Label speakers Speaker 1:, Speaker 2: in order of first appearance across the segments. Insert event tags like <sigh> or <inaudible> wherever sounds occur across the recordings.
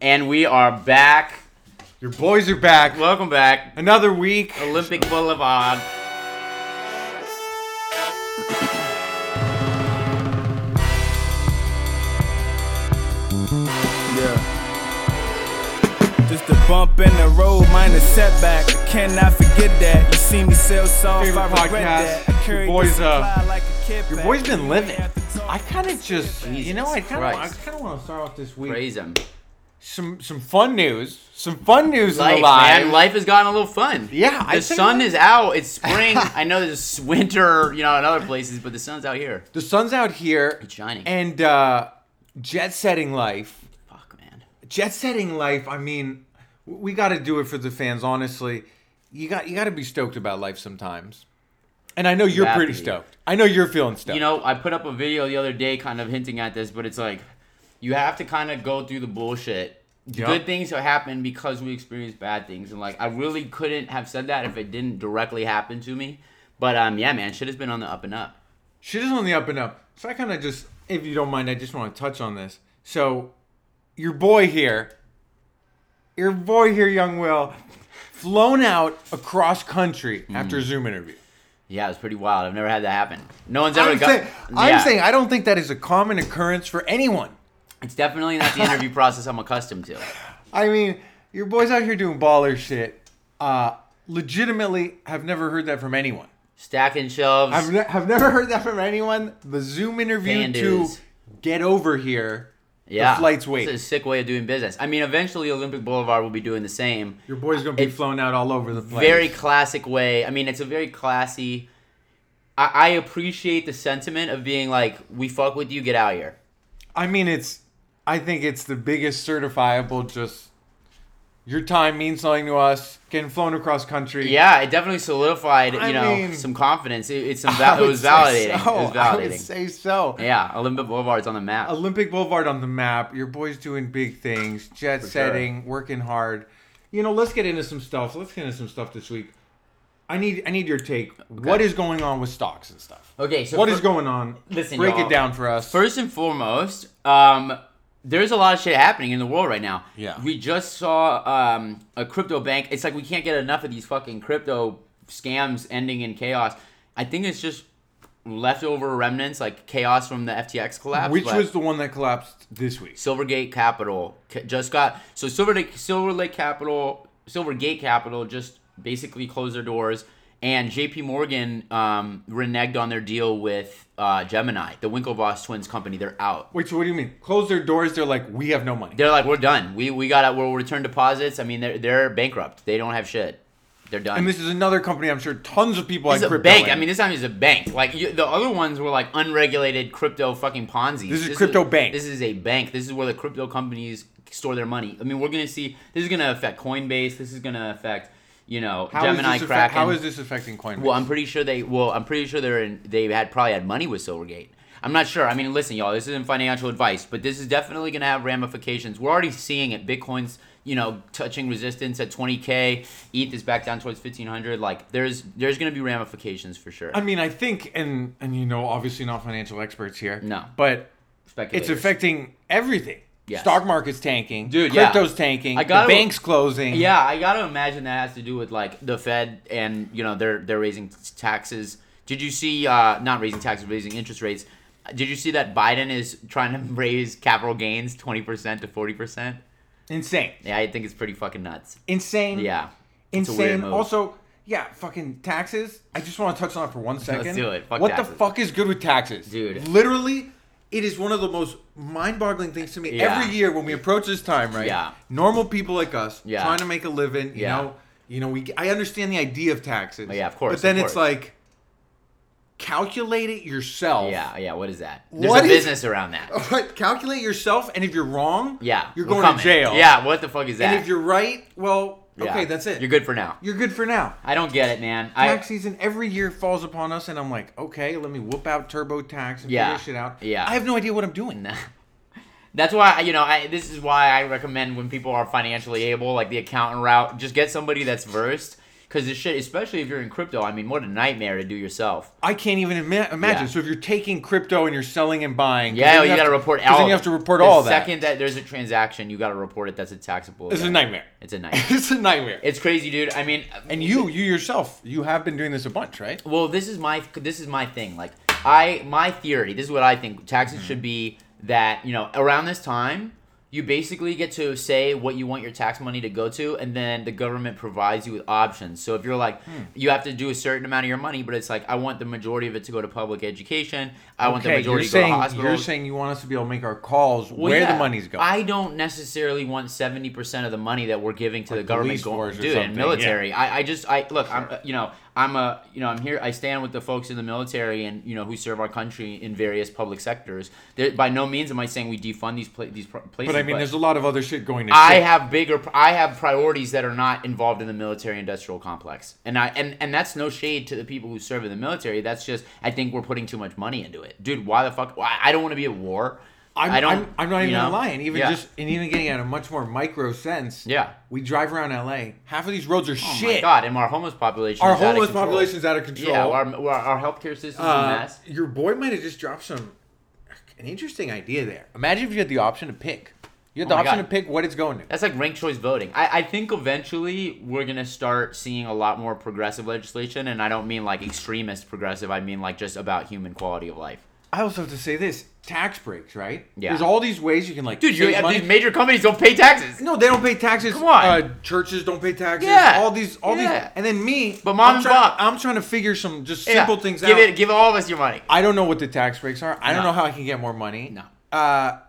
Speaker 1: And we are back.
Speaker 2: Your boys are back.
Speaker 1: Welcome back,
Speaker 2: Another week.
Speaker 1: Olympic Boulevard.
Speaker 3: Yeah. Just a bump in the road, minor setback. I cannot forget that. You see me sell songs,
Speaker 2: Favorite
Speaker 3: I regret
Speaker 2: podcast.
Speaker 3: that. I carry
Speaker 2: Your boy's,
Speaker 3: the
Speaker 2: uh,
Speaker 3: supply like a kid
Speaker 2: Your
Speaker 3: back.
Speaker 2: boy's been living. I
Speaker 3: I
Speaker 2: kind of just, you know, I kind of, I
Speaker 1: Christ.
Speaker 2: kind of want to start off this week.
Speaker 1: Praise him.
Speaker 2: Some, some fun news. Some fun news in
Speaker 1: Life,
Speaker 2: the live.
Speaker 1: man. Life has gotten a little fun.
Speaker 2: Yeah, I
Speaker 1: The
Speaker 2: think-
Speaker 1: sun is out. It's
Speaker 2: <laughs>
Speaker 1: spring. I know there's winter, you know, in other places, but the sun's out here.
Speaker 2: The sun's out here.
Speaker 1: It's shining.
Speaker 2: And uh, jet setting life.
Speaker 1: Fuck, man.
Speaker 2: Jet setting life. I mean, w- we got to do it for the fans. Honestly, you got, you got to be stoked about life sometimes. And I know you're
Speaker 1: have
Speaker 2: pretty
Speaker 1: to be.
Speaker 2: stoked. I know you're feeling stoked.
Speaker 1: You know, I put up a video the other day kind of hinting at this, but it's like you have to kind of go through the bullshit.
Speaker 2: Yeah.
Speaker 1: Good things have happened because we experienced bad things. And like I really couldn't have said that if it didn't directly happen to me. But um yeah, man, shit has been on the up and up.
Speaker 2: shit is on the up and up. So I kind of just, if you don't mind, I just want to touch on this. So your boy here, your boy here, young Will, flown out across country
Speaker 1: Hmm.
Speaker 2: after a Zoom interview.
Speaker 1: Yeah, it was pretty wild. I've never had that happen. No one's ever
Speaker 2: I'm,
Speaker 1: got
Speaker 2: saying, I'm
Speaker 1: Yeah.
Speaker 2: saying I don't think that is a common occurrence for anyone.
Speaker 1: it's definitely not the
Speaker 2: <laughs>
Speaker 1: interview process I'm accustomed to.
Speaker 2: I mean, your boy's out here doing baller shit. Uh, legitimately, have never heard that from anyone.
Speaker 1: Stacking shelves.
Speaker 2: I've, ne- have never heard that from anyone. The Zoom interview
Speaker 1: Fan
Speaker 2: to
Speaker 1: dudes.
Speaker 2: get over here.
Speaker 1: yeah.
Speaker 2: the flight's wait.
Speaker 1: It's a sick way of doing business. I mean, eventually Olympic Boulevard will be doing the same.
Speaker 2: Your boy's gonna be
Speaker 1: It's
Speaker 2: flown out all over the place.
Speaker 1: very classic way. I mean, it's a very classy. I, I appreciate the sentiment of being like, "We fuck with you, get out here."
Speaker 2: I mean, it's. I think it's the biggest certifiable. Just your time means something to us. Getting flown across country. <laughs>
Speaker 1: Yeah, it definitely solidified, you
Speaker 2: I
Speaker 1: know,
Speaker 2: mean-
Speaker 1: some confidence. It, it's some
Speaker 2: <laughs> I
Speaker 1: va- it
Speaker 2: would
Speaker 1: was
Speaker 2: say
Speaker 1: validating. It was
Speaker 2: So. <laughs> I would
Speaker 1: validating.
Speaker 2: say so.
Speaker 1: Yeah, Olympic Boulevard's on the map.
Speaker 2: Olympic Boulevard on the map. Your boy's doing big things. Jet setting, working hard. You know, let's get into some stuff. Let's get into some stuff this week. I need I need your take. What is going on with stocks and stuff?
Speaker 1: Okay, so
Speaker 2: What is
Speaker 1: fir-
Speaker 2: going on?
Speaker 1: Listen,
Speaker 2: break
Speaker 1: y'all.
Speaker 2: it down for us.
Speaker 1: First and foremost, um, there's a lot of shit happening in the world right now.
Speaker 2: Yeah.
Speaker 1: We just saw um, a crypto bank. It's like we can't get enough of these fucking crypto scams ending in chaos. I think it's just leftover remnants, like chaos from the FTX collapse.
Speaker 2: which
Speaker 1: but-
Speaker 2: was the one that collapsed this week?
Speaker 1: Silvergate Capital ca- just got so Silver Lake, Silver Lake Capital Silvergate Capital just basically closed their doors, and J.P. Morgan um, reneged on their deal with uh, Gemini, the Winklevoss twins company. They're out.
Speaker 2: Wait, so what do you mean? Close their doors? They're like, we have no money.
Speaker 1: They're like, we're done. We we got we'll return deposits. I mean, they're they're bankrupt. They don't have shit. They're done.
Speaker 2: And this is another company I'm sure tons of people
Speaker 1: This
Speaker 2: had
Speaker 1: is a
Speaker 2: crypto
Speaker 1: bank.
Speaker 2: in.
Speaker 1: I mean, this time is a bank. Like you, the other ones were like unregulated crypto fucking Ponzi.
Speaker 2: This is crypto bank.
Speaker 1: This is a bank. This is where the crypto companies store their money. I mean, we're gonna see. This is gonna affect Coinbase. This is gonna affect you know
Speaker 2: How is
Speaker 1: Gemini
Speaker 2: this affect-
Speaker 1: Kraken.
Speaker 2: how is this affecting Coinbase?
Speaker 1: Well, I'm pretty sure they. Well, I'm pretty sure they're in. They had probably had money with Silvergate. I'm not sure. I mean, listen, y'all. This isn't financial advice, but this is definitely going to have ramifications. We're already seeing it. Bitcoin's, you know, touching resistance at 20k. ETH is back down towards 1500. Like, there's there's going to be ramifications for sure.
Speaker 2: I mean, I think, and and you know, obviously not financial experts here.
Speaker 1: No.
Speaker 2: but it's
Speaker 1: Speculators.
Speaker 2: affecting everything.
Speaker 1: Yes.
Speaker 2: Stock market's tanking,
Speaker 1: Dude, yeah.
Speaker 2: Crypto's tanking.
Speaker 1: I
Speaker 2: the
Speaker 1: gotta-
Speaker 2: banks closing.
Speaker 1: Yeah, I gotta imagine that has to do with like the Fed and you know they're they're raising t- taxes. Did you see? Uh, not raising taxes, raising interest rates. Did you see that Biden is trying to <laughs> raise capital gains twenty percent to forty percent?
Speaker 2: insane,
Speaker 1: Yeah, I think it's pretty fucking nuts.
Speaker 2: insane.
Speaker 1: Yeah, it's a
Speaker 2: insane.
Speaker 1: weird move.
Speaker 2: Also, yeah, fucking taxes. I just want to touch on it
Speaker 1: <laughs>
Speaker 2: for one second.
Speaker 1: do it. Fuck
Speaker 2: what
Speaker 1: taxes.
Speaker 2: the fuck is good with taxes,
Speaker 1: Dude.
Speaker 2: Literally, it is one of the most mind-boggling things to me.
Speaker 1: Yeah.
Speaker 2: Every year when we approach this time, right?
Speaker 1: Yeah.
Speaker 2: Normal people like us
Speaker 1: Yeah.
Speaker 2: trying to make a living. You
Speaker 1: Yeah.
Speaker 2: know, you know. We I understand the idea of taxes.
Speaker 1: yeah, of course,
Speaker 2: But then
Speaker 1: of
Speaker 2: it's
Speaker 1: course.
Speaker 2: like calculate it yourself. <laughs>
Speaker 1: yeah, yeah. What is that? There's
Speaker 2: What
Speaker 1: a
Speaker 2: is-
Speaker 1: business around that.
Speaker 2: But calculate yourself, and if you're wrong,
Speaker 1: Yeah,
Speaker 2: you're
Speaker 1: we're
Speaker 2: going
Speaker 1: coming.
Speaker 2: to jail.
Speaker 1: Yeah, what the fuck is that?
Speaker 2: And if you're right, well,
Speaker 1: Yeah.
Speaker 2: okay, that's it.
Speaker 1: You're good for now.
Speaker 2: You're good for now.
Speaker 1: I don't get it, man. I
Speaker 2: tax season every year falls upon us, and I'm like, okay, let me whoop out TurboTax and
Speaker 1: Yeah.
Speaker 2: figure this shit out.
Speaker 1: Yeah.
Speaker 2: I have no idea what I'm doing. now.
Speaker 1: That's why you know I, this is why I recommend when people are financially able, like the accountant route, just get somebody that's versed. Because this shit, especially if you're in crypto, I mean, what a nightmare to do yourself.
Speaker 2: I can't even ima- imagine.
Speaker 1: Yeah.
Speaker 2: So if you're taking crypto and you're selling and buying, 'cause
Speaker 1: Yeah,
Speaker 2: then
Speaker 1: you,
Speaker 2: have
Speaker 1: got to report
Speaker 2: 'cause
Speaker 1: all.
Speaker 2: Then you
Speaker 1: of
Speaker 2: have to
Speaker 1: it.
Speaker 2: report
Speaker 1: the
Speaker 2: all that.
Speaker 1: second that there's a transaction, you got to report it. That's a taxable.
Speaker 2: it's a
Speaker 1: event.
Speaker 2: nightmare. <laughs>
Speaker 1: It's a nightmare.
Speaker 2: it's a nightmare.
Speaker 1: It's crazy, dude. I mean,
Speaker 2: and you, you yourself, you have been doing this a bunch, right?
Speaker 1: well this is my this is my thing like i my theory this is what i think taxes
Speaker 2: Mm-hmm.
Speaker 1: should be that you know around this time you basically get to say what you want your tax money to go to and then the government provides you with options so if you're like
Speaker 2: Hmm.
Speaker 1: you have to do a certain amount of your money but it's like i want the majority of it to go to public education i want the
Speaker 2: you're
Speaker 1: majority to go to
Speaker 2: saying
Speaker 1: hospitals
Speaker 2: you're saying you want us to be able to make our calls
Speaker 1: Well,
Speaker 2: where
Speaker 1: yeah,
Speaker 2: the money's going.
Speaker 1: I don't necessarily want seventy percent of the money that we're giving to the government
Speaker 2: police
Speaker 1: going
Speaker 2: force or
Speaker 1: to do
Speaker 2: something,
Speaker 1: and military. I, I just I look. I'm uh, you know I'm a you know I'm here. I stand with the folks in the military and you know who serve our country in various public sectors. There, by no means am I saying we defund these pla- these pr- places.
Speaker 2: but I mean, there's a lot of other shit going. To
Speaker 1: I
Speaker 2: shit.
Speaker 1: have bigger. pr- I have priorities that are not involved in the military-industrial complex, and I and and that's no shade to the people who serve in the military. That's just I think we're putting too much money into it, dude. Why the fuck? Why, I don't want to be at war.
Speaker 2: I'm,
Speaker 1: I don't.
Speaker 2: I'm, I'm not
Speaker 1: you
Speaker 2: even
Speaker 1: know?
Speaker 2: lying. Even
Speaker 1: Yeah.
Speaker 2: just and even getting at a much more micro sense.
Speaker 1: Yeah.
Speaker 2: We drive around LA. Half of these roads are
Speaker 1: Oh
Speaker 2: shit.
Speaker 1: my god, and our homeless population.
Speaker 2: Our
Speaker 1: is out of
Speaker 2: homeless
Speaker 1: control.
Speaker 2: population's out of control.
Speaker 1: Yeah, our, our our healthcare system's a
Speaker 2: Uh,
Speaker 1: mess.
Speaker 2: your boy might have just dropped some an interesting idea there. Imagine if you had the option to pick. You had the
Speaker 1: Oh my
Speaker 2: option
Speaker 1: God.
Speaker 2: to pick what it's going to.
Speaker 1: That's like ranked choice voting. I, I think eventually we're gonna start seeing a lot more progressive legislation, and I don't mean like extremist progressive. I mean like just about human quality of life.
Speaker 2: I also have to say this: tax breaks, right?
Speaker 1: Yeah.
Speaker 2: There's all these ways you can like
Speaker 1: Dude,
Speaker 2: save
Speaker 1: you,
Speaker 2: money.
Speaker 1: these major companies don't pay taxes.
Speaker 2: no, they don't pay taxes.
Speaker 1: Come on.
Speaker 2: Uh, churches don't pay taxes.
Speaker 1: Yeah.
Speaker 2: All these, all
Speaker 1: Yeah.
Speaker 2: these, and then me.
Speaker 1: But mom
Speaker 2: I'm
Speaker 1: and
Speaker 2: trying,
Speaker 1: pop.
Speaker 2: I'm trying to figure some just
Speaker 1: Yeah,
Speaker 2: simple things
Speaker 1: give
Speaker 2: out.
Speaker 1: it, give all of us your money.
Speaker 2: I don't know what the tax breaks are. I don't
Speaker 1: No.
Speaker 2: know how I can get more money.
Speaker 1: No.
Speaker 2: Uh,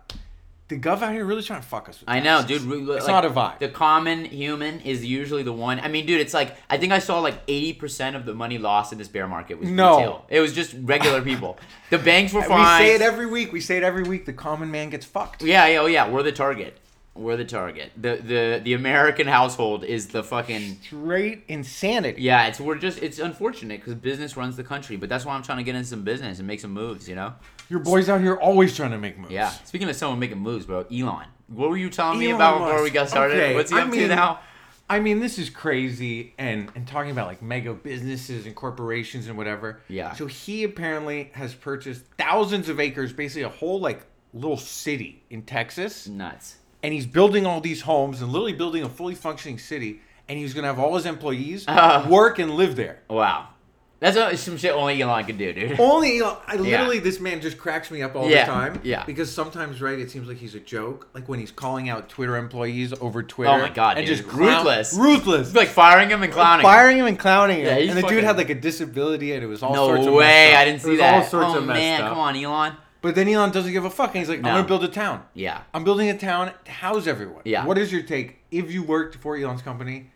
Speaker 2: the gov out here really trying to fuck us. With
Speaker 1: I know,
Speaker 2: taxes.
Speaker 1: dude. re-
Speaker 2: It's
Speaker 1: like,
Speaker 2: not a vibe.
Speaker 1: The common human is usually the one. I mean, dude, it's like I think I saw like eighty percent of the money lost in this bear market was
Speaker 2: No.
Speaker 1: retail. It was just regular people. the banks were
Speaker 2: <laughs> we
Speaker 1: fine.
Speaker 2: say it every week. We say it every week. The common man gets fucked.
Speaker 1: yeah, yeah, oh yeah. We're the target. We're the target. The the the American household is the fucking
Speaker 2: Straight insanity.
Speaker 1: yeah. It's we're just it's unfortunate because business runs the country, but that's why I'm trying to get in some business and make some moves. You know.
Speaker 2: Your boys out here always trying to make moves.
Speaker 1: Yeah. Speaking of someone making moves, bro, Elon. What were you telling me about before we got started? What's he up to now?
Speaker 2: I mean, this is crazy, and and talking about like mega businesses and corporations and whatever.
Speaker 1: Yeah.
Speaker 2: So he apparently has purchased thousands of acres, basically a whole like little city in Texas,
Speaker 1: Nuts.
Speaker 2: and he's building all these homes and literally building a fully functioning city, and he's gonna have all his employees
Speaker 1: Uh-huh.
Speaker 2: work and live there.
Speaker 1: Wow. That's uh, some shit only Elon could do, dude. <laughs>
Speaker 2: Only Elon, I literally this man just cracks me up all
Speaker 1: Yeah,
Speaker 2: the time.
Speaker 1: yeah.
Speaker 2: Because sometimes, right, it seems like he's a joke. Like when he's calling out Twitter employees over Twitter.
Speaker 1: Oh my God,
Speaker 2: and
Speaker 1: dude.
Speaker 2: just clown-
Speaker 1: Ruthless.
Speaker 2: ruthless,
Speaker 1: It's like firing him and clowning. him.
Speaker 2: Oh, firing him and clowning him.
Speaker 1: Yeah, he's
Speaker 2: and the dude
Speaker 1: fucking-
Speaker 2: had like a disability, and it was all sorts
Speaker 1: No
Speaker 2: of
Speaker 1: way!
Speaker 2: messed up.
Speaker 1: I didn't
Speaker 2: It
Speaker 1: see
Speaker 2: was
Speaker 1: that.
Speaker 2: All sorts
Speaker 1: oh
Speaker 2: of messed
Speaker 1: man,
Speaker 2: up.
Speaker 1: come on, Elon.
Speaker 2: But then Elon doesn't give a fuck, and he's like,
Speaker 1: No.
Speaker 2: "I'm gonna build a town.
Speaker 1: Yeah.
Speaker 2: I'm building a town to house everyone.
Speaker 1: Yeah.
Speaker 2: What is your take? If you worked for Elon's company,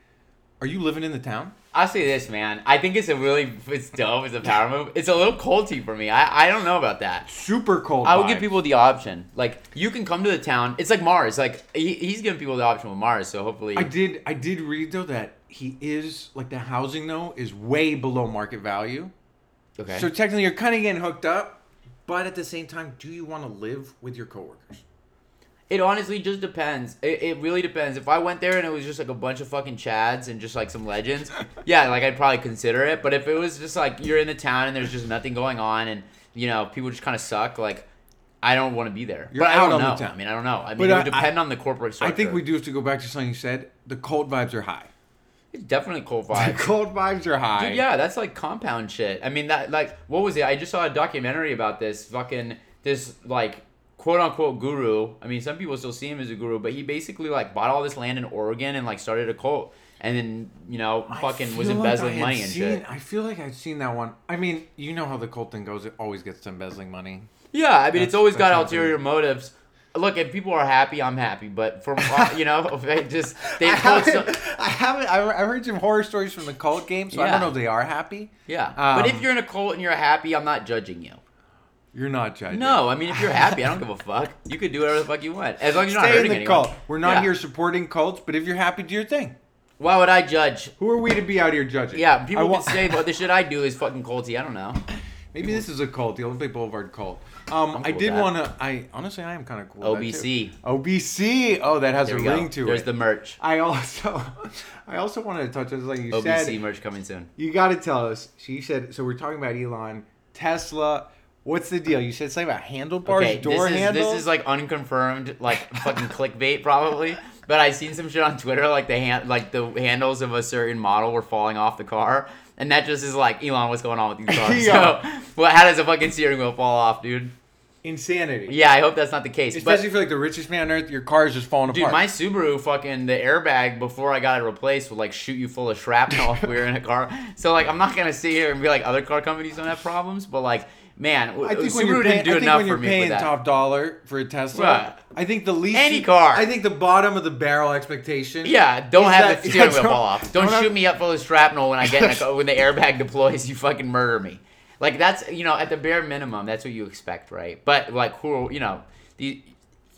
Speaker 2: are you living in the town?
Speaker 1: I'll say this, man. I think it's a really it's dope. It's a power move. It's a little culty for me. I, I don't know about that.
Speaker 2: Super cold.
Speaker 1: I would give
Speaker 2: vibes.
Speaker 1: people the option. Like you can come to the town. It's like Mars. Like he, he's giving people the option with Mars. So hopefully,
Speaker 2: I did. I did read though that he is like the housing though is way below market value.
Speaker 1: okay.
Speaker 2: So technically, you're kind of getting hooked up, but at the same time, do you want to live with your coworkers?
Speaker 1: It honestly just depends. It, it really depends. If I went there and it was just like a bunch of fucking chads and just like some
Speaker 2: <laughs>
Speaker 1: legends, yeah, like I'd probably consider it. But if it was just like you're in the town and there's just nothing going on and you know people just kind of suck, like I don't want to be there.
Speaker 2: You're
Speaker 1: but I
Speaker 2: out
Speaker 1: don't
Speaker 2: on
Speaker 1: know.
Speaker 2: the town.
Speaker 1: I mean, I don't know. I mean,
Speaker 2: But
Speaker 1: it
Speaker 2: I-
Speaker 1: would depend on the corporate
Speaker 2: I
Speaker 1: structure.
Speaker 2: think we do have to go back to something you said. The cold vibes
Speaker 1: <laughs>
Speaker 2: are high.
Speaker 1: It's definitely cold
Speaker 2: The
Speaker 1: vibes.
Speaker 2: cold vibes are high.
Speaker 1: Dude, yeah, that's like compound shit. I mean, that like what was it? I just saw a documentary about this fucking this like quote unquote guru. I mean, some people still see him as a guru, but he basically like bought all this land in Oregon and like started a cult, and then you know
Speaker 2: I
Speaker 1: fucking was
Speaker 2: feel like
Speaker 1: embezzling
Speaker 2: I had
Speaker 1: money and
Speaker 2: seen-
Speaker 1: shit.
Speaker 2: I feel like I've seen that one. I mean, you know how the cold thing goes. It always gets to embezzling money.
Speaker 1: Yeah, I mean,
Speaker 2: That's-
Speaker 1: it's always got
Speaker 2: that's not
Speaker 1: ulterior
Speaker 2: good.
Speaker 1: motives. Look, if people are happy, I'm happy. But
Speaker 2: <laughs>
Speaker 1: from uh, you know, <laughs> they just they
Speaker 2: I
Speaker 1: cult.
Speaker 2: haven't. I haven't. I- I've heard some horror stories from the cult game, so I
Speaker 1: Yeah.
Speaker 2: don't know if they are happy.
Speaker 1: yeah.
Speaker 2: Um,
Speaker 1: but if you're in a cult and you're happy, I'm not judging you.
Speaker 2: You're not judging.
Speaker 1: No, I mean, if you're happy, I don't give a fuck. You could do whatever the fuck you want, as long as you're not
Speaker 2: Stay in
Speaker 1: hurting
Speaker 2: the
Speaker 1: anyone.
Speaker 2: cult. We're not
Speaker 1: Yeah.
Speaker 2: here supporting cults, but if you're happy, do your thing.
Speaker 1: Why would I judge?
Speaker 2: Who are we to be out here judging?
Speaker 1: Yeah, people
Speaker 2: I wa-
Speaker 1: can say, but the shit I do is fucking culty. I don't know.
Speaker 2: Maybe this is a cult, the Olympic Boulevard cult. Um,
Speaker 1: cool
Speaker 2: I
Speaker 1: with
Speaker 2: did
Speaker 1: that.
Speaker 2: want to. I honestly, I am kind of cool. with that, too.
Speaker 1: OBC.
Speaker 2: OBC. Oh, that has
Speaker 1: There
Speaker 2: a
Speaker 1: we go.
Speaker 2: ring to
Speaker 1: There's
Speaker 2: it.
Speaker 1: the merch.
Speaker 2: I also, <laughs> I also wanted to touch on like you
Speaker 1: OBC
Speaker 2: said.
Speaker 1: merch coming soon.
Speaker 2: You got to tell us. She said. So we're talking about Elon Tesla. What's the deal? You said something about handlebars,
Speaker 1: Okay,
Speaker 2: door
Speaker 1: this is
Speaker 2: handles.
Speaker 1: this is like unconfirmed, like fucking clickbait probably. But I seen some shit on Twitter, like the hand, like the handles of a certain model were falling off the car, and that just is like Elon, what's going on with these cars?
Speaker 2: <laughs> Yeah.
Speaker 1: So, well, how does a fucking steering wheel fall off, dude?
Speaker 2: insanity.
Speaker 1: Yeah, I hope that's not the case. but,
Speaker 2: Especially if you're like the richest man on earth, your car is just falling
Speaker 1: Dude,
Speaker 2: apart.
Speaker 1: my Subaru fucking the airbag before I got it replaced would like shoot you full of shrapnel if we were in a car. <laughs> So like I'm not gonna sit here and be like other car companies don't have problems, but like man, w-
Speaker 2: I think
Speaker 1: Subaru
Speaker 2: when you're
Speaker 1: didn't
Speaker 2: paying,
Speaker 1: do
Speaker 2: I think
Speaker 1: enough
Speaker 2: when you're
Speaker 1: for me
Speaker 2: paying
Speaker 1: with that.
Speaker 2: top dollar for a Tesla,
Speaker 1: Right.
Speaker 2: I think the least
Speaker 1: Any car.
Speaker 2: I think the bottom of the barrel expectation.
Speaker 1: yeah, don't
Speaker 2: is
Speaker 1: have
Speaker 2: that-
Speaker 1: the steering
Speaker 2: yeah,
Speaker 1: wheel
Speaker 2: don't-
Speaker 1: fall off. Don't,
Speaker 2: don't have-
Speaker 1: shoot me up full of shrapnel when I get in a car, when the
Speaker 2: <laughs>
Speaker 1: airbag deploys. You fucking murder me. Like that's you know at the bare minimum that's what you expect, right? But like who you know the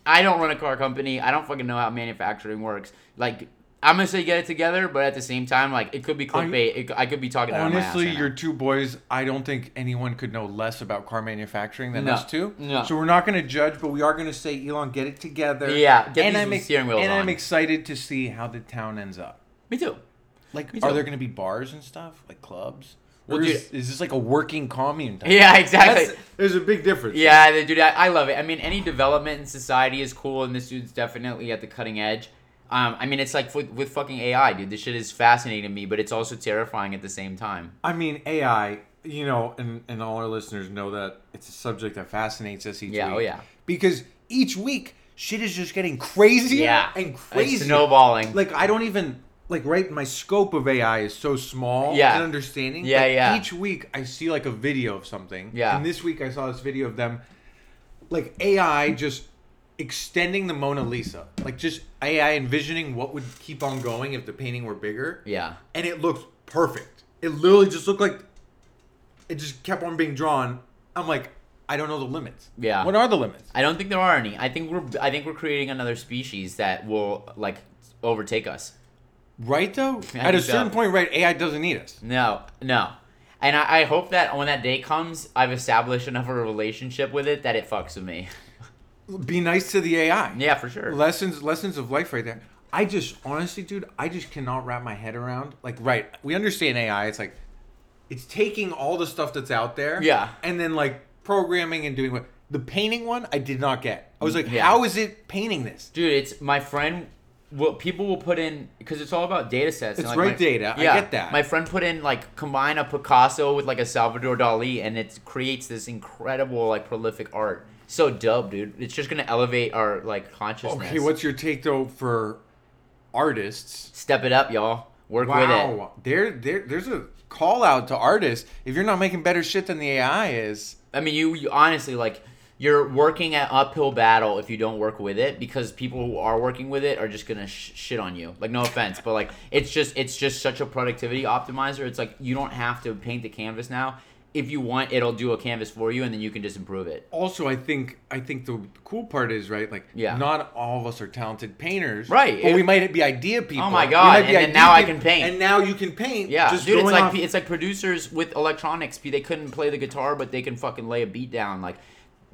Speaker 1: I don't run a car company. I don't fucking know how manufacturing works. Like. I'm gonna say get it together, but at the same time, like it could be clickbait. It, I could be talking out of my ass
Speaker 2: Honestly,
Speaker 1: right now.
Speaker 2: your two boys, I don't think anyone could know less about car manufacturing than
Speaker 1: No.
Speaker 2: us two.
Speaker 1: No.
Speaker 2: So we're not going to judge, but we are going to say, Elon, get it together.
Speaker 1: Yeah, get
Speaker 2: and
Speaker 1: these
Speaker 2: I'm ex-
Speaker 1: steering wheels
Speaker 2: And I'm
Speaker 1: on.
Speaker 2: excited to see how the town ends up.
Speaker 1: Me too. <laughs>
Speaker 2: Like,
Speaker 1: Me
Speaker 2: are
Speaker 1: too.
Speaker 2: there going to be bars and stuff, like clubs?
Speaker 1: Well,
Speaker 2: or is,
Speaker 1: dude-
Speaker 2: is this like a working commune? Type?
Speaker 1: Yeah, exactly.
Speaker 2: That's- there's a big difference.
Speaker 1: yeah, the- dude, I, I love it. I mean, any development in society is cool, and this dude's definitely at the cutting edge. Um, I mean, it's like with, with fucking AI, dude. This shit is fascinating to me, but it's also terrifying at the same time.
Speaker 2: I mean, AI, you know, and, and all our listeners know that it's a subject that fascinates us each
Speaker 1: Yeah,
Speaker 2: week.
Speaker 1: oh yeah.
Speaker 2: Because each week, shit is just getting crazier
Speaker 1: Yeah,
Speaker 2: and
Speaker 1: it's
Speaker 2: crazier.
Speaker 1: snowballing.
Speaker 2: Like, I don't even, like, right, my scope of AI is so small
Speaker 1: Yeah.
Speaker 2: and understanding.
Speaker 1: Yeah,
Speaker 2: that
Speaker 1: yeah.
Speaker 2: Each week, I see, like, a video of something.
Speaker 1: Yeah.
Speaker 2: And this week, I saw this video of them, like, AI just extending the Mona Lisa. Like, just AI envisioning what would keep on going if the painting were bigger
Speaker 1: Yeah.
Speaker 2: and it looked perfect. It literally just looked like it just kept on being drawn. I'm like, I don't know the limits.
Speaker 1: Yeah.
Speaker 2: What are the limits?
Speaker 1: I don't think there are any. I think we're I think we're creating another species that will like overtake us.
Speaker 2: Right though?
Speaker 1: I
Speaker 2: At a
Speaker 1: think so.
Speaker 2: certain point, right, AI doesn't need us.
Speaker 1: No, no. And I, I hope that when that day comes, I've established enough of a relationship with it that it fucks with me. <laughs>
Speaker 2: Be nice to the AI.
Speaker 1: yeah, for sure.
Speaker 2: Lessons lessons of life right there. I just honestly, dude, I just cannot wrap my head around. Like, right, we understand AI. It's like it's taking all the stuff that's out there.
Speaker 1: Yeah.
Speaker 2: And then like programming and doing what the painting one I did not get. I was like,
Speaker 1: Yeah.
Speaker 2: how is it painting this?
Speaker 1: dude it's my friend well people will put in because it's all about data sets
Speaker 2: It's
Speaker 1: and
Speaker 2: right
Speaker 1: my-
Speaker 2: data. I get that.
Speaker 1: my friend put in like combine a picasso with like a salvador dali and it creates this incredible like prolific art so dope dude it's just gonna elevate our like consciousness
Speaker 2: Okay, what's your take though for artists?
Speaker 1: step it up y'all work with it
Speaker 2: Wow, there, there, there's a call out to artists. If you're not making better shit than the AI is,
Speaker 1: i mean you, you honestly like you're working an uphill battle if you don't work with it because people who are working with it are just gonna sh- shit on you like no offense but like it's just it's just such a productivity optimizer it's like you don't have to paint the canvas now if you want it'll do a canvas for you and then you can just improve it
Speaker 2: also, I think, I think the cool part is right. Like,
Speaker 1: Yeah.
Speaker 2: not all of us are talented painters,
Speaker 1: Right. Oh
Speaker 2: But we might be idea people.
Speaker 1: my
Speaker 2: We
Speaker 1: God,
Speaker 2: might
Speaker 1: and
Speaker 2: be
Speaker 1: then
Speaker 2: idea
Speaker 1: now I
Speaker 2: peop-
Speaker 1: can paint.
Speaker 2: and now you can paint.
Speaker 1: yeah
Speaker 2: just
Speaker 1: dude it's
Speaker 2: going
Speaker 1: like
Speaker 2: off-
Speaker 1: it's like producers with electronics p- they couldn't play the guitar but they can fucking lay a beat down like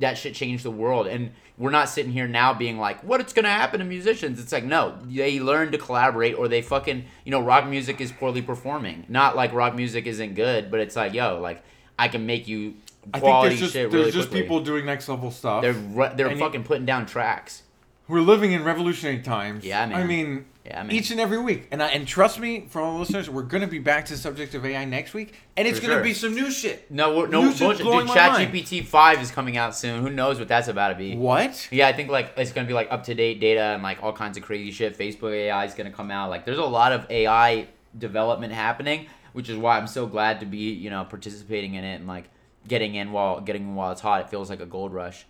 Speaker 1: that shit changed the world and we're not sitting here now being like what it's gonna happen to musicians it's like no they learn to collaborate or they fucking you know rock music is poorly performing not like rock music isn't good but it's like yo like i can make you
Speaker 2: I think
Speaker 1: quality
Speaker 2: there's just
Speaker 1: shit
Speaker 2: there's
Speaker 1: really
Speaker 2: just
Speaker 1: quickly.
Speaker 2: people doing next level stuff.
Speaker 1: they're ru- they're
Speaker 2: and you-
Speaker 1: fucking putting down tracks
Speaker 2: We're living in revolutionary times.
Speaker 1: Yeah, man.
Speaker 2: I mean,
Speaker 1: Yeah, man.
Speaker 2: each and every week. And I, and trust me, for all the listeners, we're going to be back to the subject of AI next week, and it's
Speaker 1: For
Speaker 2: going to
Speaker 1: sure.
Speaker 2: be some new shit.
Speaker 1: no we're, no
Speaker 2: New shit's
Speaker 1: bullshit
Speaker 2: blowing
Speaker 1: dude
Speaker 2: my mind.
Speaker 1: ChatGPT 5 is coming out soon who knows what that's about to be
Speaker 2: What?
Speaker 1: Yeah, I think like it's gonna be like up to date data and like all kinds of crazy shit. Facebook AI is gonna come out. Like there's a lot of AI development happening, which is why I'm so glad to be you know participating in it and like getting in while getting in while it's hot. It feels like a gold rush.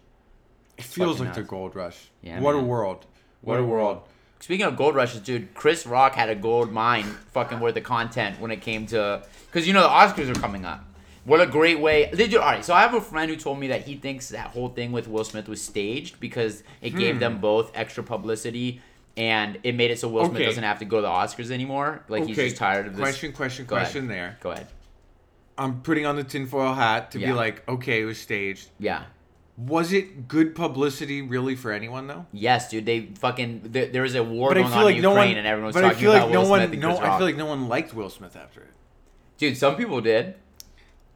Speaker 2: It feels
Speaker 1: fucking
Speaker 2: like the
Speaker 1: nuts.
Speaker 2: gold rush.
Speaker 1: Yeah,
Speaker 2: what a
Speaker 1: man.
Speaker 2: world. What a world.
Speaker 1: Speaking of gold rushes, dude, Chris Rock had a gold mine fucking worth of content when it came to because you know the Oscars are coming up. What a great way! Did you all right? So I have a friend who told me that he thinks that whole thing with Will Smith was staged because it gave
Speaker 2: Hmm.
Speaker 1: them both extra publicity and it made it so Will Smith
Speaker 2: Okay.
Speaker 1: doesn't have to go to the Oscars anymore. Like he's just tired of this.
Speaker 2: Question, question,
Speaker 1: Go ahead.
Speaker 2: question there.
Speaker 1: Go ahead.
Speaker 2: I'm putting on the tinfoil hat to
Speaker 1: Yeah.
Speaker 2: be like, okay, it was staged.
Speaker 1: Yeah.
Speaker 2: Was it good publicity really for anyone though?
Speaker 1: Yes, dude. They fucking there, there was a war
Speaker 2: But
Speaker 1: going
Speaker 2: I
Speaker 1: on
Speaker 2: feel like
Speaker 1: in
Speaker 2: no
Speaker 1: Ukraine,
Speaker 2: one.
Speaker 1: and everyone's
Speaker 2: but I
Speaker 1: talking
Speaker 2: feel
Speaker 1: about
Speaker 2: like
Speaker 1: Will
Speaker 2: no
Speaker 1: Smith
Speaker 2: one.
Speaker 1: and
Speaker 2: no,
Speaker 1: Chris
Speaker 2: I
Speaker 1: Rock.
Speaker 2: feel like no one liked Will Smith after it.
Speaker 1: dude, some people did.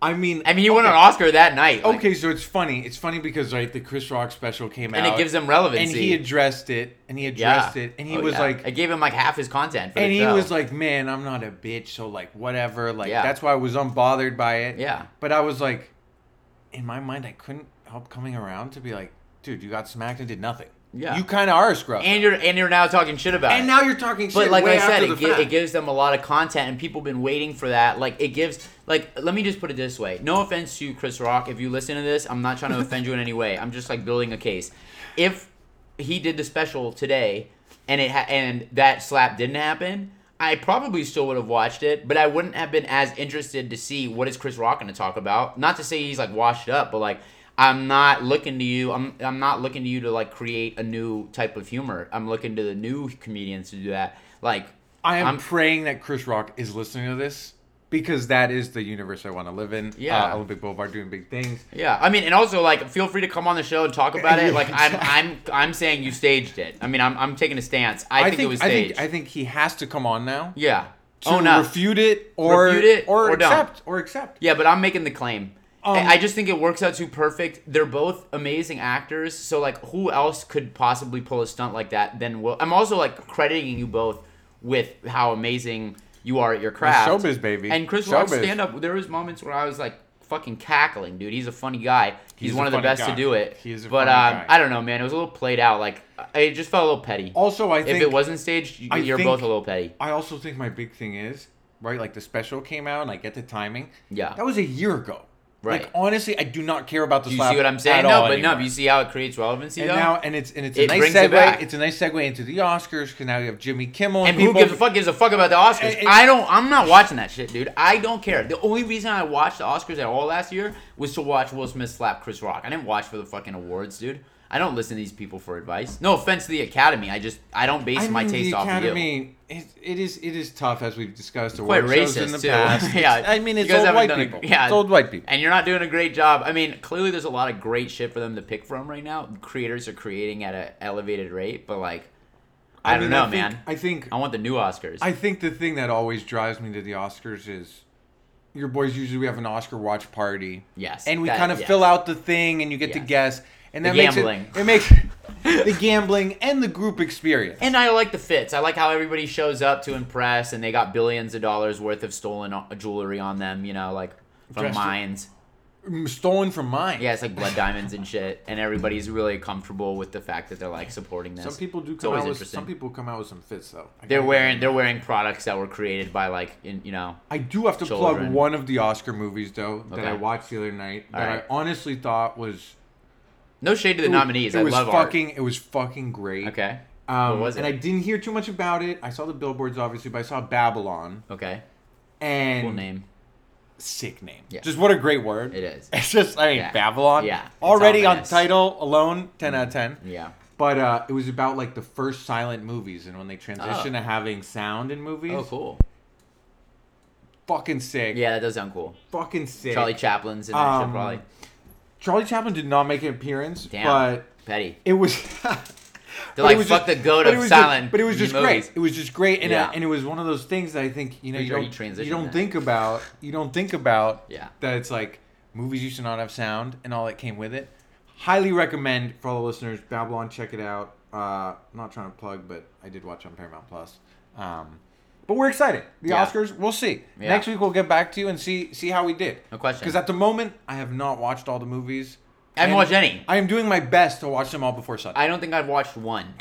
Speaker 2: I mean,
Speaker 1: I mean, he won
Speaker 2: okay.
Speaker 1: an Oscar that night. like-
Speaker 2: Okay, so it's funny. It's funny because right, the Chris Rock special came
Speaker 1: and
Speaker 2: out,
Speaker 1: it gives them
Speaker 2: and
Speaker 1: relevancy.
Speaker 2: he addressed it, and he addressed it, and he
Speaker 1: Oh,
Speaker 2: was
Speaker 1: yeah.
Speaker 2: like,
Speaker 1: I gave him like half his content. For
Speaker 2: and
Speaker 1: the
Speaker 2: he
Speaker 1: show.
Speaker 2: was like, man, I'm not a bitch, so like whatever. Like
Speaker 1: Yeah.
Speaker 2: that's why I was unbothered by it.
Speaker 1: Yeah.
Speaker 2: But I was like, in my mind, I couldn't help coming around to be like, dude, you got smacked and did nothing.
Speaker 1: Yeah.
Speaker 2: You kind of are a scrub.
Speaker 1: and you're and you're now talking shit about
Speaker 2: And
Speaker 1: it.
Speaker 2: now you're talking shit.
Speaker 1: but like
Speaker 2: way
Speaker 1: I said,
Speaker 2: after the
Speaker 1: it, gi-
Speaker 2: fact.
Speaker 1: it gives them a lot of content, and people been waiting for that. Like it gives, like let me just put it this way: no offense to Chris Rock, if you listen to this, I'm not trying to offend you in any way. I'm just like building a case. If he did the special today, and it ha- and that slap didn't happen. I probably still would have watched it, but I wouldn't have been as interested to see what is Chris Rock going to talk about. Not to say he's like washed up, but like I'm not looking to you. I'm I'm not looking to you to like create a new type of humor. I'm looking to the new comedians to do that. Like
Speaker 2: I am
Speaker 1: I'm-
Speaker 2: praying that Chris Rock is listening to this because that is the universe I want to live in.
Speaker 1: Yeah.
Speaker 2: Uh, Olympic Boulevard doing big things.
Speaker 1: Yeah, I mean, and also like, feel free to come on the show and talk about
Speaker 2: <laughs>
Speaker 1: it.
Speaker 2: Yeah,
Speaker 1: Like, I'm, I'm, I'm saying you staged it. I mean, I'm, I'm taking a stance. I, think, it was
Speaker 2: I
Speaker 1: staged.
Speaker 2: think I think he has to come on now.
Speaker 1: yeah.
Speaker 2: To
Speaker 1: Own up.
Speaker 2: refute it or
Speaker 1: Refute it
Speaker 2: or,
Speaker 1: or don't.
Speaker 2: accept or accept.
Speaker 1: Yeah, but I'm making the claim. I-
Speaker 2: Um,
Speaker 1: I just think it works out too perfect. They're both amazing actors, so like, who else could possibly pull a stunt like that than Will? I'm also like crediting you both with how amazing you are at your craft.
Speaker 2: showbiz, baby.
Speaker 1: And Chris Rock's
Speaker 2: Showbiz.
Speaker 1: stand up. There was moments where I was like fucking cackling, dude. He's a funny guy. He's,
Speaker 2: He's a
Speaker 1: one of the
Speaker 2: funny
Speaker 1: best
Speaker 2: guy.
Speaker 1: to do it.
Speaker 2: He is a
Speaker 1: but
Speaker 2: funny
Speaker 1: um,
Speaker 2: guy.
Speaker 1: I don't know, man. It was a little played out. Like it just felt a little petty.
Speaker 2: Also, I
Speaker 1: if
Speaker 2: think
Speaker 1: it wasn't staged, you-
Speaker 2: I
Speaker 1: you're
Speaker 2: think-
Speaker 1: both a little petty.
Speaker 2: I also think my big thing is right. Like the special came out, and I get the timing.
Speaker 1: Yeah.
Speaker 2: that was a year ago.
Speaker 1: Right.
Speaker 2: Like honestly, I do not care about the
Speaker 1: Do you
Speaker 2: slap
Speaker 1: see what I'm
Speaker 2: at
Speaker 1: saying?
Speaker 2: all
Speaker 1: No, but no.
Speaker 2: anymore.
Speaker 1: but You see how it creates relevancy
Speaker 2: and
Speaker 1: though.
Speaker 2: now and it's and it's a
Speaker 1: It
Speaker 2: nice
Speaker 1: brings it
Speaker 2: segue.
Speaker 1: back.
Speaker 2: It's a nice segue into the Oscars because now you have Jimmy Kimmel
Speaker 1: And who
Speaker 2: People-
Speaker 1: gives a fuck gives a fuck about the Oscars?
Speaker 2: And- and-
Speaker 1: I don't. I'm not watching that shit, dude. I don't care. The only reason I watched the Oscars at all last year was to watch Will Smith slap Chris Rock. I didn't watch for the fucking awards, dude. I don't listen to these people for advice. No offense to the Academy. I just I don't base
Speaker 2: I mean,
Speaker 1: my taste
Speaker 2: the
Speaker 1: off of you.
Speaker 2: Academy, It, it is it is tough as we've discussed.
Speaker 1: Quite
Speaker 2: award shows
Speaker 1: racist
Speaker 2: in the
Speaker 1: too.
Speaker 2: past.
Speaker 1: <laughs> yeah,
Speaker 2: I mean
Speaker 1: you
Speaker 2: it's
Speaker 1: guys
Speaker 2: old
Speaker 1: haven't
Speaker 2: white
Speaker 1: done a-
Speaker 2: people. It's old white people.
Speaker 1: And you're not doing a great job. I mean, clearly there's a lot of great shit for them to pick from right now. Creators are creating at an elevated rate, but like, I,
Speaker 2: mean,
Speaker 1: don't know,
Speaker 2: think-
Speaker 1: man.
Speaker 2: I think
Speaker 1: I want the new Oscars.
Speaker 2: I think the thing that always drives me to the Oscars is your boys usually we have an Oscar watch party.
Speaker 1: Yes,
Speaker 2: And we
Speaker 1: that-
Speaker 2: kind of
Speaker 1: yes.
Speaker 2: fill out the thing and you get to
Speaker 1: Yes.
Speaker 2: guess. And that
Speaker 1: The
Speaker 2: makes
Speaker 1: gambling.
Speaker 2: it
Speaker 1: <laughs>
Speaker 2: it makes the gambling and the group experience.
Speaker 1: And I like the fits. I like how everybody shows up to impress, and they got billions of dollars worth of stolen o- jewelry on them. You know, like from
Speaker 2: Dressed-
Speaker 1: mines.
Speaker 2: Mm, stolen from mine.
Speaker 1: Yeah, it's like blood diamonds and shit. And everybody's really comfortable with the fact that they're like supporting this.
Speaker 2: Some people do
Speaker 1: It's
Speaker 2: come
Speaker 1: always
Speaker 2: out with
Speaker 1: interesting.
Speaker 2: some people come out with some fits though. I
Speaker 1: They're
Speaker 2: gotta-
Speaker 1: wearing they're wearing products that were created by like in, you know.
Speaker 2: I do have to plug
Speaker 1: Children.
Speaker 2: one of the Oscar movies though that
Speaker 1: Okay.
Speaker 2: I watched the other night that
Speaker 1: Alright.
Speaker 2: I honestly thought was
Speaker 1: No shade to the nominees.
Speaker 2: It
Speaker 1: I
Speaker 2: was
Speaker 1: love art.
Speaker 2: fucking it was fucking great.
Speaker 1: Okay.
Speaker 2: Um,
Speaker 1: was
Speaker 2: And
Speaker 1: it?
Speaker 2: I didn't hear too much about it. I saw the billboards, obviously, but I saw Babylon
Speaker 1: Okay.
Speaker 2: and
Speaker 1: Cool name.
Speaker 2: sick name.
Speaker 1: Yeah.
Speaker 2: Just what a great word.
Speaker 1: It is.
Speaker 2: <laughs> It's just I mean
Speaker 1: Yeah.
Speaker 2: Babylon.
Speaker 1: Yeah. It's
Speaker 2: Already on
Speaker 1: ominous.
Speaker 2: title alone, ten out of ten. <laughs>
Speaker 1: Yeah.
Speaker 2: But uh, it was about like the first silent movies and when they transition
Speaker 1: Oh.
Speaker 2: to having sound in movies.
Speaker 1: Oh, cool.
Speaker 2: Fucking sick.
Speaker 1: Yeah, that does sound cool.
Speaker 2: Fucking sick.
Speaker 1: Charlie Chaplin's in that
Speaker 2: Um,
Speaker 1: shit probably.
Speaker 2: Charlie Chaplin did not make an appearance,
Speaker 1: Damn.
Speaker 2: but
Speaker 1: Petty.
Speaker 2: it was. <laughs>
Speaker 1: They're
Speaker 2: but
Speaker 1: like,
Speaker 2: it was
Speaker 1: "Fuck the goat
Speaker 2: but
Speaker 1: of
Speaker 2: it was
Speaker 1: silent
Speaker 2: Just, but it was just
Speaker 1: movies."
Speaker 2: great. It was just great, and uh,
Speaker 1: Yeah.
Speaker 2: and it was one of those things that I think you know
Speaker 1: Pretty
Speaker 2: you
Speaker 1: sure he
Speaker 2: don't
Speaker 1: transitioned
Speaker 2: you don't
Speaker 1: that.
Speaker 2: think about you don't think about
Speaker 1: Yeah.
Speaker 2: that it's like movies used to not have sound and all that came with it. Highly recommend for all the listeners Babylon. Check it out. Uh, I'm not trying to plug, but I did watch on Paramount Plus. Um, but we're excited. The
Speaker 1: Yeah.
Speaker 2: Oscars, we'll see.
Speaker 1: Yeah.
Speaker 2: Next week we'll get back to you and see see how we did.
Speaker 1: No question.
Speaker 2: Because at the moment I have not watched all the movies.
Speaker 1: I haven't
Speaker 2: And
Speaker 1: watched any.
Speaker 2: I am doing my best to watch them all before Sunday.
Speaker 1: I don't think I've watched one.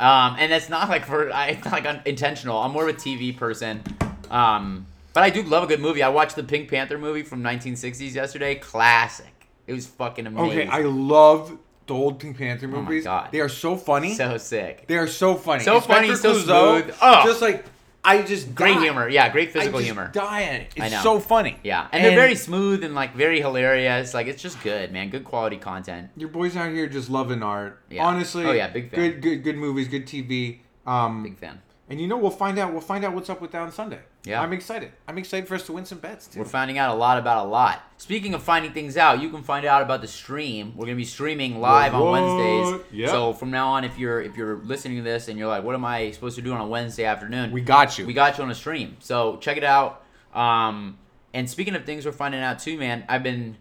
Speaker 1: Um, and that's not like for I it's not like intentional. I'm more of a TV person. Um, but I do love a good movie. I watched the Pink Panther movie from 1960s yesterday. Classic. It was fucking amazing.
Speaker 2: okay, I love the old Pink Panther
Speaker 1: my
Speaker 2: movies.
Speaker 1: God.
Speaker 2: They are so funny.
Speaker 1: so sick.
Speaker 2: they are so funny.
Speaker 1: So funny, so smooth.
Speaker 2: Oh.
Speaker 1: Oh.
Speaker 2: Just like I just
Speaker 1: Great
Speaker 2: die.
Speaker 1: humor. Yeah, great
Speaker 2: I
Speaker 1: physical
Speaker 2: just
Speaker 1: humor.
Speaker 2: Die at it. It's
Speaker 1: I know.
Speaker 2: so funny.
Speaker 1: Yeah, and, they're very smooth and like very hilarious. Like it's just good, man. Good quality content.
Speaker 2: Your boys out here just loving art.
Speaker 1: Yeah.
Speaker 2: Honestly.
Speaker 1: Oh, yeah, big fan.
Speaker 2: Good, good, good movies. Good TV. Um,
Speaker 1: Big fan.
Speaker 2: And you know we'll find out. We'll find out what's up with Down Sunday.
Speaker 1: Yeah.
Speaker 2: I'm excited. I'm excited for us to win some bets too.
Speaker 1: We're finding out a lot about a lot. Speaking of finding things out, you can find out about the stream. We're gonna be streaming live on
Speaker 2: What?
Speaker 1: Wednesdays.
Speaker 2: Yep.
Speaker 1: So from now on, if you're if you're listening to this and you're like, "What am I supposed to do on a Wednesday afternoon?"
Speaker 2: we got you.
Speaker 1: we got you on a stream. So check it out. Um, and speaking of things we're finding out too, man, I've been,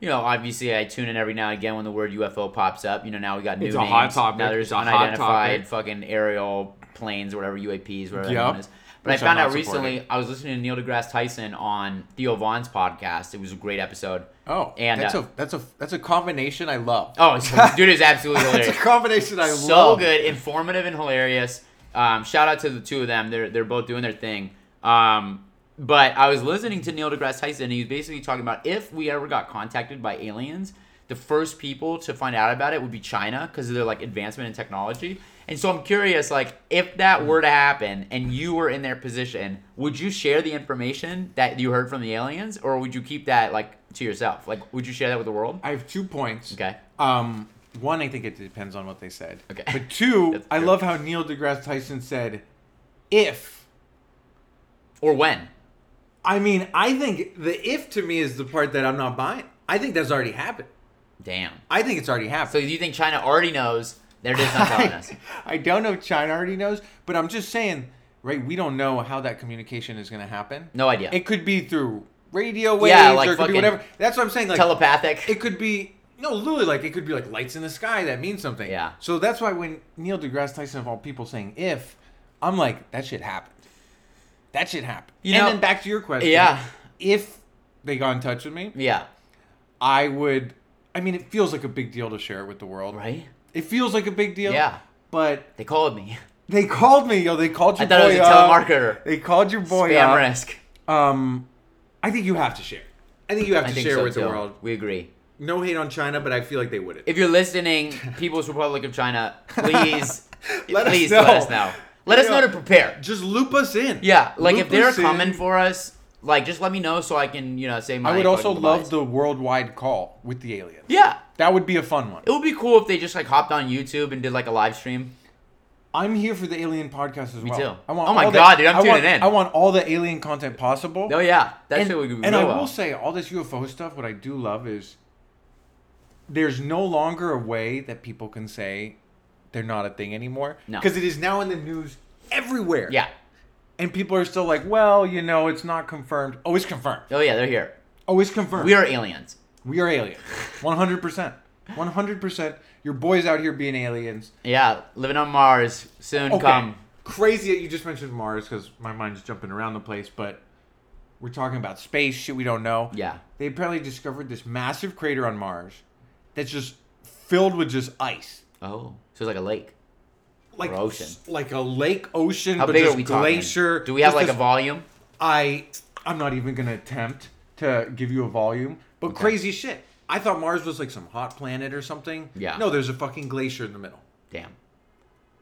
Speaker 1: you know, obviously I tune in every now and again when the word UFO pops up. You know, now we got new
Speaker 2: It's a
Speaker 1: names.
Speaker 2: hot topic.
Speaker 1: Now there's
Speaker 2: It's a hot
Speaker 1: unidentified
Speaker 2: topic.
Speaker 1: fucking aerial planes or whatever UAPs, whatever that
Speaker 2: Yep.
Speaker 1: known is. But
Speaker 2: Which
Speaker 1: I
Speaker 2: I'm
Speaker 1: found
Speaker 2: not
Speaker 1: out recently.
Speaker 2: supporting.
Speaker 1: I was listening to Neil deGrasse Tyson on Theo Vaughn's podcast. It was a great episode.
Speaker 2: oh,
Speaker 1: and
Speaker 2: that's
Speaker 1: uh,
Speaker 2: a that's a that's a combination I love.
Speaker 1: oh, <laughs> it's- dude is
Speaker 2: <laughs>
Speaker 1: absolutely
Speaker 2: It's
Speaker 1: hilarious
Speaker 2: a combination I
Speaker 1: so
Speaker 2: love.
Speaker 1: good, informative, and hilarious. Um, shout out to the two of them. They're they're both doing their thing. Um, but I was listening to Neil deGrasse Tyson, and he was basically talking about if we ever got contacted by aliens, the first people to find out about it would be China because of their like advancement in technology. And so I'm curious, like, if that were to happen and you were in their position, would you share the information that you heard from the aliens, or would you keep that like to yourself? Like, would you share that with the world?
Speaker 2: I have two points.
Speaker 1: Okay.
Speaker 2: Um, one, I think it depends on what they said.
Speaker 1: Okay.
Speaker 2: But two,
Speaker 1: <laughs> That's
Speaker 2: I
Speaker 1: true.
Speaker 2: love how Neil deGrasse Tyson said, "If."
Speaker 1: Or when?
Speaker 2: I mean, I think the if to me is the part that I'm not buying. I think that's already happened.
Speaker 1: Damn.
Speaker 2: I think it's already
Speaker 1: So
Speaker 2: happened.
Speaker 1: do you think China already knows? They're just not
Speaker 2: <laughs>
Speaker 1: telling us.
Speaker 2: I don't know if China already knows, but I'm just saying, right? We don't know how that communication is going to happen.
Speaker 1: No idea.
Speaker 2: It could be through radio waves
Speaker 1: like
Speaker 2: or it could
Speaker 1: fucking
Speaker 2: be whatever. That's what I'm saying. Like
Speaker 1: Telepathic.
Speaker 2: it could be no literally like it could be like lights in the sky that means something
Speaker 1: Yeah.
Speaker 2: so that's why when neil degrasse tyson of all people saying if i'm like that shit happened that shit happened
Speaker 1: You
Speaker 2: and
Speaker 1: know-
Speaker 2: then back to your question
Speaker 1: Yeah.
Speaker 2: if they got in touch with me
Speaker 1: yeah.
Speaker 2: i would i mean it feels like a big deal to share it with the world
Speaker 1: Right?
Speaker 2: it feels like a big deal
Speaker 1: Yeah.
Speaker 2: but
Speaker 1: They called me.
Speaker 2: they called me yo they called your
Speaker 1: I thought it
Speaker 2: boy
Speaker 1: was a
Speaker 2: up.
Speaker 1: telemarketer.
Speaker 2: they called your boy
Speaker 1: Spam
Speaker 2: up.
Speaker 1: risk.
Speaker 2: um i think you have to share i think you have
Speaker 1: I
Speaker 2: to
Speaker 1: think
Speaker 2: share
Speaker 1: so
Speaker 2: with
Speaker 1: too.
Speaker 2: the world
Speaker 1: We agree.
Speaker 2: no hate on china but i feel like they wouldn't
Speaker 1: If you're listening, People's Republic of
Speaker 2: <laughs>
Speaker 1: China, please,
Speaker 2: Let us
Speaker 1: please
Speaker 2: know.
Speaker 1: let us know. Let us
Speaker 2: Yeah.
Speaker 1: know to prepare.
Speaker 2: just loop us in.
Speaker 1: Yeah, like
Speaker 2: Loop
Speaker 1: if they're
Speaker 2: us in.
Speaker 1: coming for us, like just let me know so I can, you know, say my.
Speaker 2: I would also
Speaker 1: fucking
Speaker 2: love
Speaker 1: goodbyes.
Speaker 2: the worldwide call with the aliens.
Speaker 1: Yeah,
Speaker 2: That would be a fun one.
Speaker 1: it would be cool if they just like hopped on YouTube and did like a live stream.
Speaker 2: I'm here for the alien podcast as well.
Speaker 1: too.
Speaker 2: I want
Speaker 1: Oh my
Speaker 2: all the-
Speaker 1: God, dude, I'm
Speaker 2: I want-
Speaker 1: tuning in.
Speaker 2: I want all the alien content possible.
Speaker 1: Oh yeah, that's
Speaker 2: and,
Speaker 1: what we could
Speaker 2: and I
Speaker 1: real
Speaker 2: will
Speaker 1: well.
Speaker 2: say, all this UFO stuff. What I do love is there's no longer a way that people can say they're not a thing anymore.
Speaker 1: No.
Speaker 2: because it is now in the news everywhere.
Speaker 1: Yeah.
Speaker 2: and people are still like, well, you know, it's not confirmed. Oh, it's confirmed.
Speaker 1: Oh yeah, they're here.
Speaker 2: Oh, it's confirmed.
Speaker 1: We are aliens.
Speaker 2: We are aliens. 100%. 100%. Your boys out here being aliens.
Speaker 1: Yeah, living on Mars soon come.
Speaker 2: Crazy that you just mentioned Mars because my mind's jumping around the place, but we're talking about space, shit we don't know.
Speaker 1: Yeah.
Speaker 2: They apparently discovered this massive crater on Mars that's just filled with just ice.
Speaker 1: Oh, so it's like a lake.
Speaker 2: Like,
Speaker 1: Or ocean.
Speaker 2: like a lake ocean,
Speaker 1: How
Speaker 2: but
Speaker 1: big
Speaker 2: just
Speaker 1: are we talking?
Speaker 2: glacier.
Speaker 1: Do we have
Speaker 2: just
Speaker 1: like
Speaker 2: this-
Speaker 1: a volume?
Speaker 2: I I'm not even gonna attempt to give you a volume, but crazy shit. I thought Mars was like some hot planet or something.
Speaker 1: Yeah.
Speaker 2: No, there's a fucking glacier in the middle.
Speaker 1: Damn.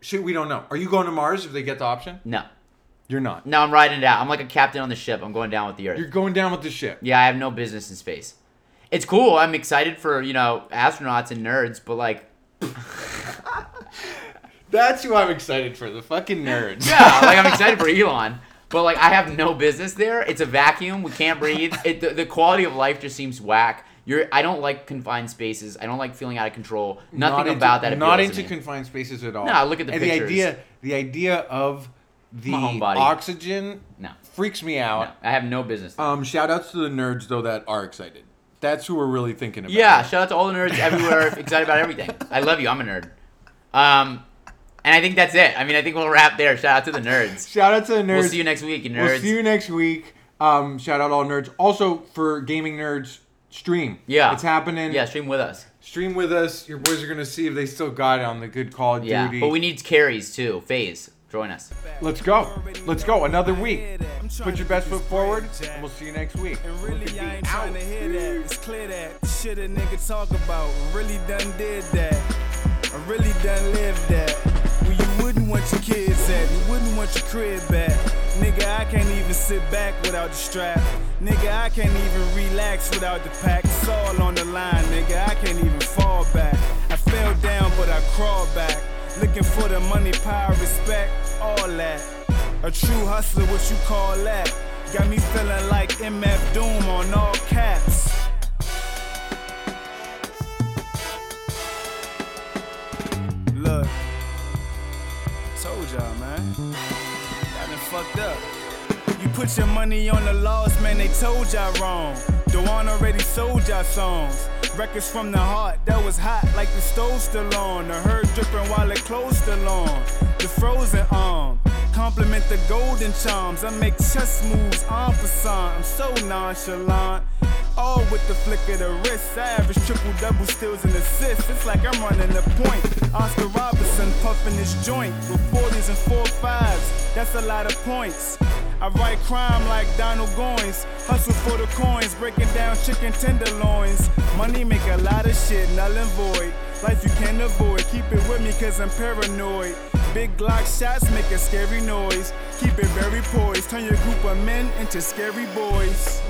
Speaker 2: Shit, we don't know. Are you going to Mars if they get the option?
Speaker 1: No.
Speaker 2: You're not.
Speaker 1: No, I'm riding it out. I'm like a captain on the ship. I'm going down with the earth.
Speaker 2: You're going down with the ship.
Speaker 1: yeah, I have no business in space. It's cool. I'm excited for, you know, astronauts and nerds, but like, <laughs>
Speaker 2: That's who I'm excited for. The fucking nerds. <laughs>
Speaker 1: yeah, like I'm excited for Elon. But like, I have no business there. It's a vacuum. We can't breathe. It, the, the quality of life just seems whack. You're, I don't like confined spaces. I don't like feeling out of control. Nothing
Speaker 2: into-
Speaker 1: about that.
Speaker 2: Not
Speaker 1: appeals
Speaker 2: into
Speaker 1: to me.
Speaker 2: confined spaces at all.
Speaker 1: Nah, look at the
Speaker 2: and
Speaker 1: pictures.
Speaker 2: the idea. The idea of the
Speaker 1: My homebody.
Speaker 2: oxygen
Speaker 1: No.
Speaker 2: freaks me
Speaker 1: No,
Speaker 2: out.
Speaker 1: I have no business. there.
Speaker 2: Um, shout outs to the nerds though that are excited. That's who we're really thinking about.
Speaker 1: Yeah, shout out to all the nerds
Speaker 2: <laughs>
Speaker 1: everywhere. excited about everything. I love you. I'm a nerd. Um, and I think that's it. I mean, I think we'll wrap there. Shout out to the nerds.
Speaker 2: Shout out to the nerds.
Speaker 1: We'll see you next week, you nerds.
Speaker 2: We'll see you next week. Um, shout out all nerds. Also for gaming nerds, stream.
Speaker 1: Yeah.
Speaker 2: it's happening.
Speaker 1: yeah, stream with us.
Speaker 2: stream with us. Your boys are gonna see if they still got it on the good Call of
Speaker 1: Yeah,
Speaker 2: Duty.
Speaker 1: but we need carries too. Phase, join us.
Speaker 2: Let's go. Let's go. Another week. Put your best foot forward, and we'll see you next week.
Speaker 3: And really, I ain't trying to hear that. It's clear that the shit a nigga talk about. Really done did that. I really done lived that. Well, you wouldn't want your kids at. You wouldn't want your crib back. Nigga, I can't even sit back without the strap. Nigga, I can't even relax without the pack. It's all on the line, nigga. I can't even fall back. I fell down, but I crawled back. Looking for the money, power, respect, all that. A true hustler, what you call that? Got me feeling like MF Doom on all caps. Look, told y'all, man. Y'all done fucked up. You put your money on the laws, man, they told y'all wrong. Dewan already sold y'all songs. Records from the heart that was hot like the stove still on. The herd dripping while the clothes still on. The frozen arm. Compliment the golden charms. I make chess moves en passant. I'm so nonchalant. All Oh, with the flick of the wrist. I average triple double steals and assists. It's like I'm running the point. Oscar Robinson puffing his joint with 40s and 4-5s. That's a lot of points. I write crime like Donald Goins. Hustle for the coins, breaking down chicken tenderloins. Money make a lot of shit null and void. Life you can't avoid, keep it with me cause I'm paranoid. Big Glock shots make a scary noise. Keep it very poised, turn your group of men into scary boys.